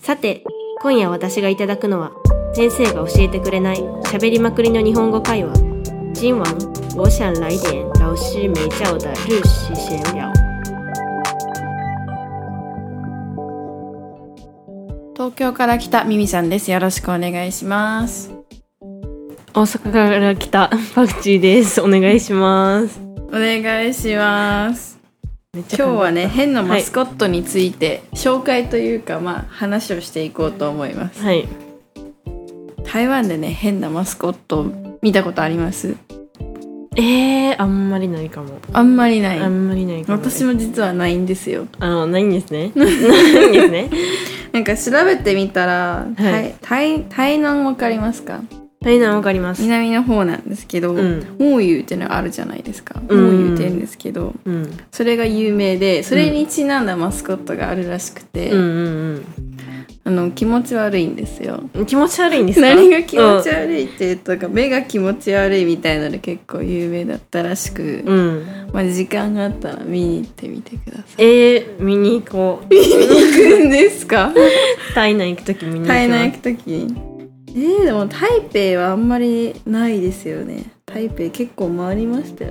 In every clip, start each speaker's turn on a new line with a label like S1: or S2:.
S1: さて今夜私がいただくのは先生が教えてくれない喋りまくりの日本語会話今晚我想来点老师没教的日式闲聊
S2: 東京から来たミミさんです。よろしくお願いします。
S1: 大阪から来たパクチーですお願いします
S2: お願いします。
S1: めっちゃ
S2: 今日はね、変な
S1: はい
S2: マスコットについて、紹介というか、まあ、話をしていこうと思います。
S1: はい
S2: 台湾でね、変なマスコット見たことあります
S1: えー、あんまりないかも、
S2: あんまりない。
S1: あんまりないかも
S2: 私も実はないんですよ。
S1: あのないんです ねないんですね
S2: なんか調べてみたら、台台台南わかりますか
S1: はいなんわかります
S2: 南の方なんですけど、
S1: うん
S2: 毛湯ってのがあるじゃないですか。毛
S1: うん
S2: 湯って言うんですけど、
S1: うん
S2: それが有名でそれにちなんだマスコットがあるらしくて、
S1: うんうん
S2: あの気持ち悪いんですよ。
S1: うん気持ち悪いんですか
S2: 何が気持ち悪いっていうとか、目が気持ち悪いみたいなので結構有名だったらしく、
S1: うん、うん、
S2: まあ、時間があったら見に行ってみてください。
S1: えー、見に行こう
S2: 行くんで すか
S1: タイ南行くとき見に行きます
S2: 台南行く時にえー、でも台北はあんまりないですよね。台北結構回りましたよ。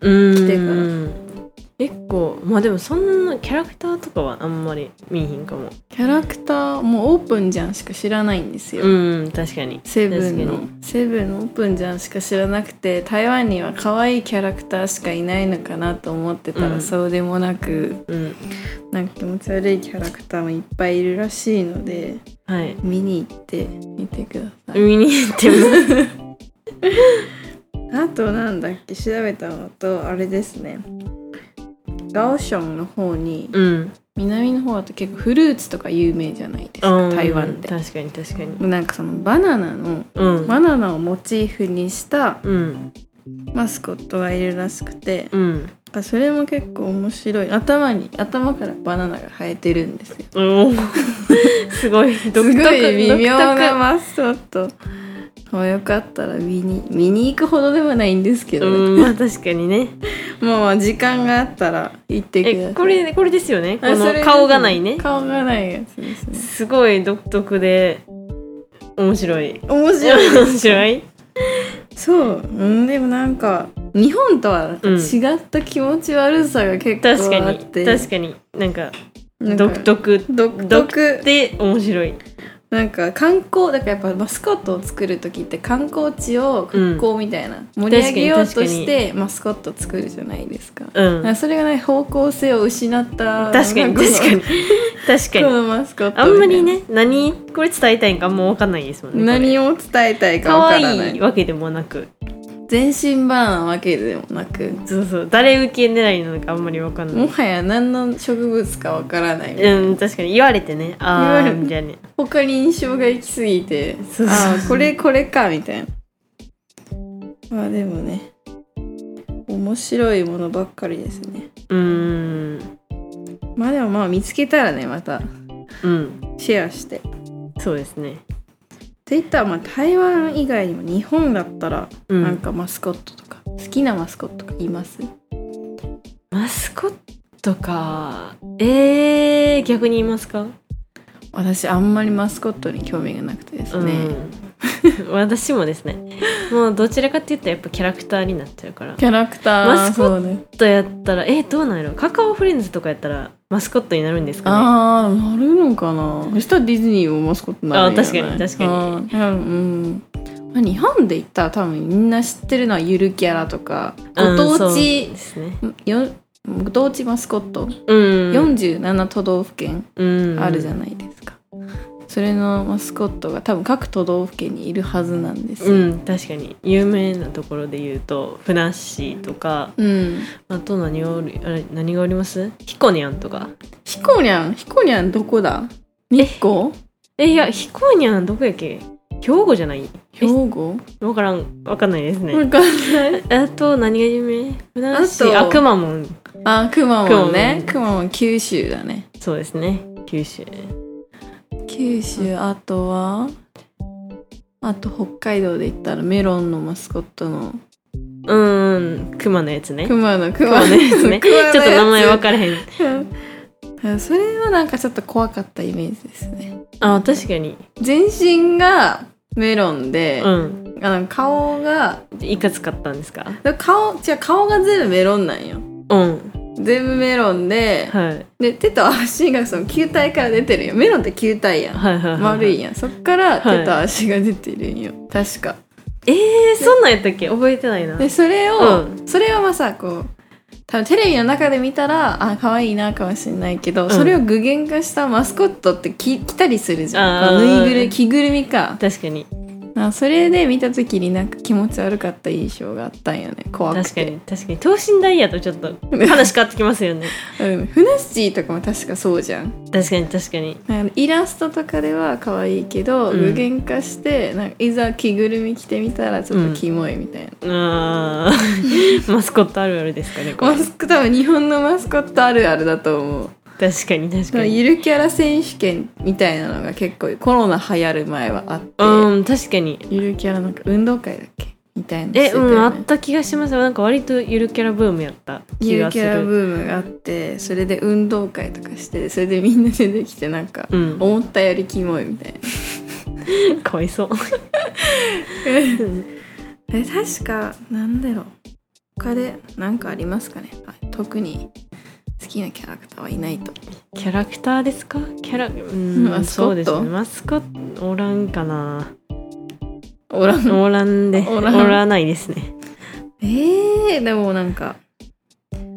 S1: うん
S2: 来てか
S1: 結構まあでもそんなキャラクターとかはあんまり見えへんかも
S2: キャラクターもうオープンじゃんしか知らないんですよ。
S1: うん確かに
S2: セブン
S1: 確
S2: のセブンのオープンじゃんしか知らなくて台湾には可愛いキャラクターしかいないのかなと思ってたら、
S1: うん
S2: そうでもなく
S1: うん
S2: なんか気持ち悪いキャラクターもいっぱいいるらしいので
S1: はい
S2: 見に行ってみてください、
S1: 見に行ってます
S2: あとなんだっけ調べたのとあれですねガオションの方に
S1: うん
S2: 南の方だと結構フルーツとか有名じゃないですか台湾って
S1: 確かに確かに
S2: なんかそのバナナの
S1: うん
S2: バナナをモチーフにした
S1: うん
S2: マスコットがいるらしくて
S1: うん
S2: あそれも結構面白い頭に頭からバナナが生えてるんですよ
S1: おーすごい
S2: す
S1: 独
S2: ご
S1: 特
S2: い微妙な
S1: 独
S2: マスコットまあよかったら見に見に行くほどではないんですけ
S1: 特
S2: どね、
S1: うんまあ確かにね
S2: もうまあ時間があったら行ってくださ
S1: え
S2: い
S1: これこれですよねこ
S2: あそれで
S1: の
S2: す
S1: 顔がないね
S2: 顔がないやつですね
S1: すごい独特で面白い
S2: 面白い
S1: 面白い
S2: そう、うん、でもなんか日本とはなんか違った気持ち悪さが結構
S1: 確か
S2: あっ
S1: に
S2: て、
S1: 確かになんか
S2: なんか
S1: 独特
S2: 独
S1: 独
S2: 特
S1: で面白い
S2: なんか観光だからやっぱマスコットを作る時って観光地を復興みたいな、盛り上げようとしてマスコット作るじゃないですか,、
S1: うん
S2: それがね方向性を失った
S1: 確かに確かに確か
S2: こ
S1: に
S2: のマスコットみた
S1: あ
S2: いなん
S1: まりね何これ伝えたいんかもう分かんないですもんね
S2: 何
S1: を
S2: を伝えたいか
S1: 可
S2: わからない
S1: 愛いわけでもなく
S2: 全身バナナわけでもなく
S1: そうそう誰受け狙いなのかあんまり分かんな
S2: も
S1: い
S2: はや何の植物かわからない、
S1: うん確かに言われてね
S2: 言
S1: あ
S2: わ
S1: あ
S2: れ
S1: みたいな
S2: 他に印象が行き過ぎて
S1: そうそう
S2: ああこれこれかみたいなまあでもね面白いものばっかりですね
S1: うーん
S2: まあでもまあ見つけたらねまた
S1: うん
S2: シェアして
S1: そうですね
S2: Twitter はまあ台湾以外にも日本だったら
S1: うん
S2: なんかマスコットとか、好きなマスコットとかいます
S1: マスコットかえー、逆に言いますか
S2: 私あんまりマスコットに興味がなくてですね、
S1: うん、 私もですねもうどちらかって言ったらやっぱキャラクターになっちゃうから
S2: キャラクター
S1: マスコッ
S2: そうね
S1: ちょっとやったらえどうなんやろカカオフレンズとかやったらマスコットになるんですかね
S2: ああなるのかなそしたらディズニーもマスコットになるんじゃない
S1: あー確かに
S2: にうん、うんまあ、日本で言ったら多分みんな知ってるのはゆるキャラとかご当
S1: うんそう
S2: 地
S1: で、すね
S2: よご当地マスコット、
S1: うん、
S2: 47都道府県
S1: うん、
S2: あるじゃ
S1: ん
S2: ないですか、それのマスコットが多分各都道府県にいるはずなんですよ、
S1: うん確かに有名なところで言うとふなっしーとか
S2: うん
S1: あと何がおるあれ何がおりますひこにゃんとか
S2: ひこにゃんひこにゃんどこだ日光
S1: えいやひこにゃんどこやっけ兵庫じゃない
S2: 兵庫
S1: 分からん分かんないですね、
S2: わかんない
S1: あと何が有名ふなっしー
S2: あ
S1: あ
S2: と
S1: くまモン
S2: あくまモンね
S1: く
S2: くまモン九州だね
S1: そうですね九州
S2: 九州あとはあと北海道で言ったらメロンのマスコットの
S1: うん熊のやつね
S2: 熊の熊
S1: 熊のやつねちょっと名前分
S2: る
S1: からへん
S2: それはなんかちょっと怖かったイメージですね
S1: あ確かに
S2: 全身がメロンで、
S1: うん
S2: あの顔が
S1: いかつかったんですか
S2: 顔違う顔が全部メロンなんよ
S1: うん
S2: 全部メロンで、
S1: はい
S2: で手と足がその球体から出てるよメロンって球体やん
S1: はいはいはいはい
S2: 丸いやんそっから
S1: はい
S2: 手と足が出てるんよ、確か
S1: えー、そんなんやったっけ覚えてないな
S2: でそれを、
S1: う
S2: それはまあさこう多分テレビの中で見たらあ可愛いなかもしれないけど、
S1: ん
S2: それを具現化したマスコットってき着たりするじゃん
S1: あー
S2: こうぬいぐるみ着ぐるみか
S1: 確かに
S2: あそれで見た時になんか気持ち悪かった印象があったんよね怖く
S1: 確か
S2: て
S1: に確かに等身大やとちょっと話変わってきますよ ね
S2: うん、ふなっしーとかも確かそうじゃん
S1: 確かに確かに
S2: なんかイラストとかでは可愛いけど、
S1: うん
S2: 具現化してなんかいざ着ぐるみ着てみたらちょっとキモいみたいな、
S1: あ ーマスコットあるあるですかねこれ
S2: マスク多分日本のマスコットあるあるだと思う
S1: 確かに確かに
S2: ゆるキャラ選手権みたいなのが結構コロナ流行る前はあって、
S1: うん確かに
S2: ゆるキャラなんか運動会だっけみたいな
S1: え
S2: してたよ
S1: う
S2: ね
S1: んあった気がしますなんか割とゆるキャラブームやった気
S2: ゆる
S1: がす
S2: キャラ
S1: る
S2: ブームがあってそれで運動会とかしてそれでみんな出てきてなんか、
S1: うん
S2: 思ったよりキモいみたいな
S1: かわいそう
S2: え確かなんだろう他で何かありますかねあ特に好きなキャラクターはいないと
S1: キャラクターですかキャラうん
S2: マス
S1: そ
S2: コット
S1: うですねマスコットおらんかな
S2: おらん
S1: おらんで
S2: お
S1: お
S2: ら
S1: ら
S2: ん
S1: ないですね
S2: えー、でもなんか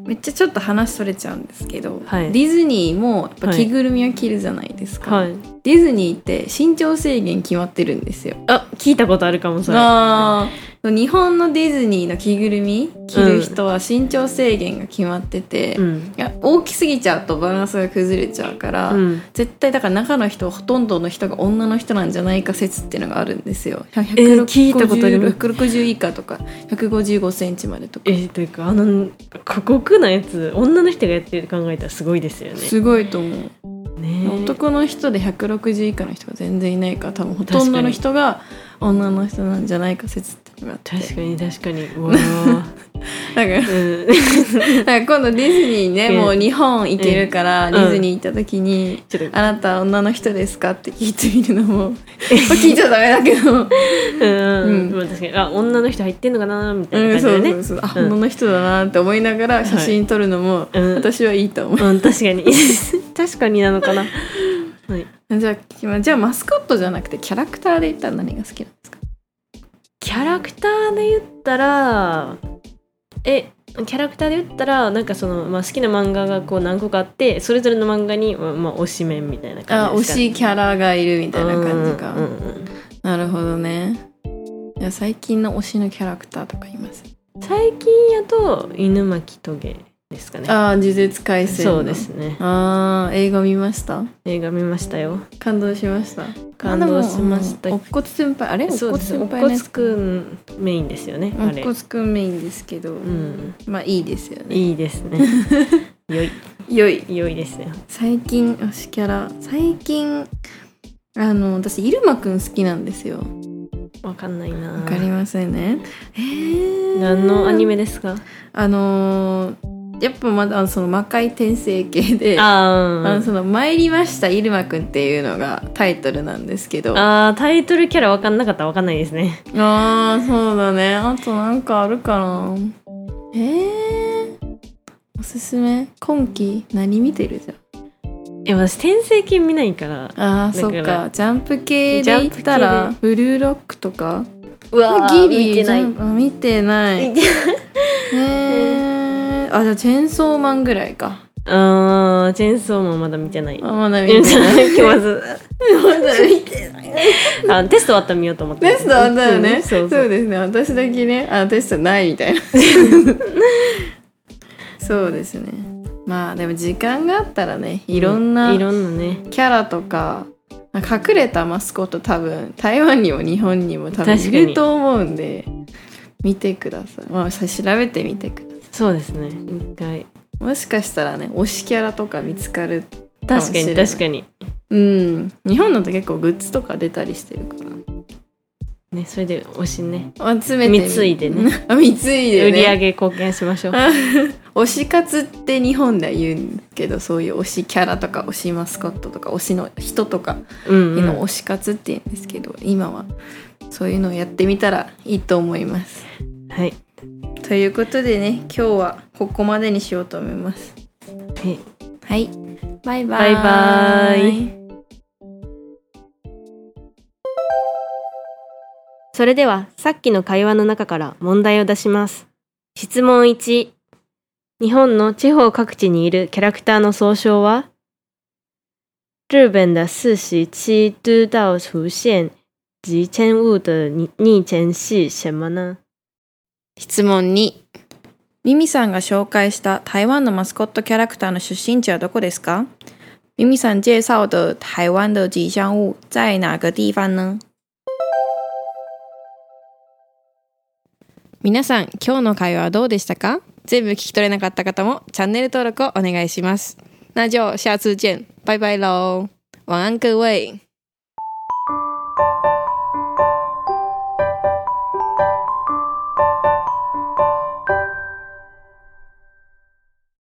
S2: めっちゃちょっと話それちゃうんですけど、
S1: はい
S2: ディズニーもやっぱ
S1: はい
S2: 着ぐるみは着るじゃないですか、
S1: はい
S2: ディズニーって身長制限決まってるんですよ
S1: あ聞いたことあるかもそれ
S2: あー日本のディズニーの着ぐるみ着る人は身長制限が決まってて、
S1: う
S2: い
S1: ん
S2: や大きすぎちゃうとバランスが崩れちゃうから、
S1: うん
S2: 絶対だから中の人ほとんどの人が女の人なんじゃないか説っていうのがあるんですよ。
S1: ー聞いたことあります
S2: 160以下とか155センチまでとか。
S1: えというかあの過酷なやつ女の人がやってるって考えたらすごいですよね。
S2: すごいと思う。
S1: ねえ
S2: 男の人で160以下の人が全然いないから多分ほとんどの人が女の人なんじゃないか説っていうのがあって
S1: 確かに確かに。うわー
S2: なんか
S1: う ん、
S2: なんか今度ディズニーね、
S1: うん
S2: もう日本行けるから、
S1: うん
S2: ディズニー行った時に、
S1: ちょっと
S2: あなた女の人ですか?」って聞いてみるのも聞いちゃダメだけ ど、
S1: うん、
S2: うん
S1: まあ確かにあ女の人入ってんのかなみたい
S2: うん
S1: な
S2: そ
S1: 感
S2: う
S1: じで
S2: そ
S1: ね
S2: う。そうあ、
S1: うん
S2: 女の人だなって思いながら写真撮るのも、
S1: うん
S2: 私はいいと思う、
S1: うん確か に確かになのかな。はい。
S2: じゃあじゃあマスコットじゃなくてキャラクターで言ったら何が好きなんですか
S1: キャラクターで言ったらえキャラクターで言ったらなんかその、まあ、好きな漫画がこう何個かあってそれぞれの漫画に、まあまあ、推しメンみたいな
S2: あ
S1: 感
S2: 推
S1: じですかね、
S2: しキャラがいるみたいな感じ
S1: う
S2: か、
S1: んうんうん
S2: なるほどねじゃあ最近の推しのキャラクターとかいます
S1: 最近やと犬巻棘ですかね
S2: ああ呪術廻戦の
S1: そうですね
S2: ああ映画見ました
S1: 映画見ましたよ
S2: 感動しました
S1: 感動しました
S2: おっこつ先輩あれおっ
S1: そう
S2: こ
S1: で
S2: つ
S1: すお
S2: 先
S1: っ
S2: 輩
S1: こ
S2: ね
S1: つくんメインですよね
S2: お
S1: あ
S2: っ
S1: れ
S2: こつくんメインですけど、
S1: うん
S2: まあいいですよね
S1: いいですね良い
S2: 良い
S1: 良いですね
S2: 最近推しキャラ最近あの私入間くん好きなんですよ
S1: わかんないな
S2: わかりますよねえー、
S1: 何のアニメですか
S2: あのーやっぱまだあのその魔界転生系であ
S1: あ
S2: の
S1: ー
S2: その「参りました入間くん」っていうのがタイトルなんですけどあ
S1: あータイトルキャラわかんなかったらわかんないですね
S2: あーそうだねあとなんかあるかなえー、おすすめ今期何見てるじゃん
S1: いや私転生系見ないから
S2: あ
S1: だ
S2: ーそ
S1: か
S2: っ
S1: ら
S2: かジャンプ系で言ったらブルーロックとか
S1: うわギ
S2: ギリ
S1: リ見てない
S2: ジャンプあ見てないへえあじゃあチェーンソーマンぐらいか
S1: あーチェーンソーもまだ見てない
S2: あまだ見
S1: 見
S2: て
S1: て
S2: ない
S1: ない気 まず
S2: まだ見てな
S1: あ
S2: い
S1: テスト終わったら見ようと思って
S2: テストあったよ
S1: う
S2: ね
S1: んそ
S2: そうう
S1: そう
S2: ですね私だけねあテストないみ たいなそうですねまあでも時間があったらねいろんない
S1: ろんなね
S2: キャラとか隠れたマスコット多分台湾にも日本にも多分
S1: 確か
S2: い
S1: に
S2: ると思うんで見てください、まあ、さ調べてみてくださ
S1: そうですね一回
S2: いもしかしたらね推しキャラとか見つかるかもし
S1: 確か
S2: れ
S1: に
S2: ない
S1: 確かに
S2: うん日本だと結構グッズとか出たりしてるから
S1: ねそれで推しね
S2: 集めてみ
S1: 貢いでね
S2: あ貢いでね
S1: 売り上げ貢献しましょう
S2: あ推し活って日本では言うんけどそういう推しキャラとか推しマスコットとか推しの人とか
S1: うん、う
S2: の
S1: ん
S2: 推し活って言うんですけど、今はそういうのをやってみたらいいと思います。
S1: はい
S2: ということでね今日はここまでにしようと思います。
S1: はい
S2: はいバイバ
S1: バ
S2: イ
S1: イバイそれではさっきの会話の中から問題を出します。質問1日本の地方各地にいるキャラクターの総称は日本的四十七都道府县及迁物的昵昵称是什么呢
S2: 質問2ミミさんが紹介した台湾のマスコットキャラクターの出身地はどこですかミミさん介绍的台湾的吉祥物在哪个地方呢皆さん、今日の会話はどうでしたか全部聞き取れなかった方もチャンネル登録をお願いします。那就下次见。拜拜喽。晚安各位。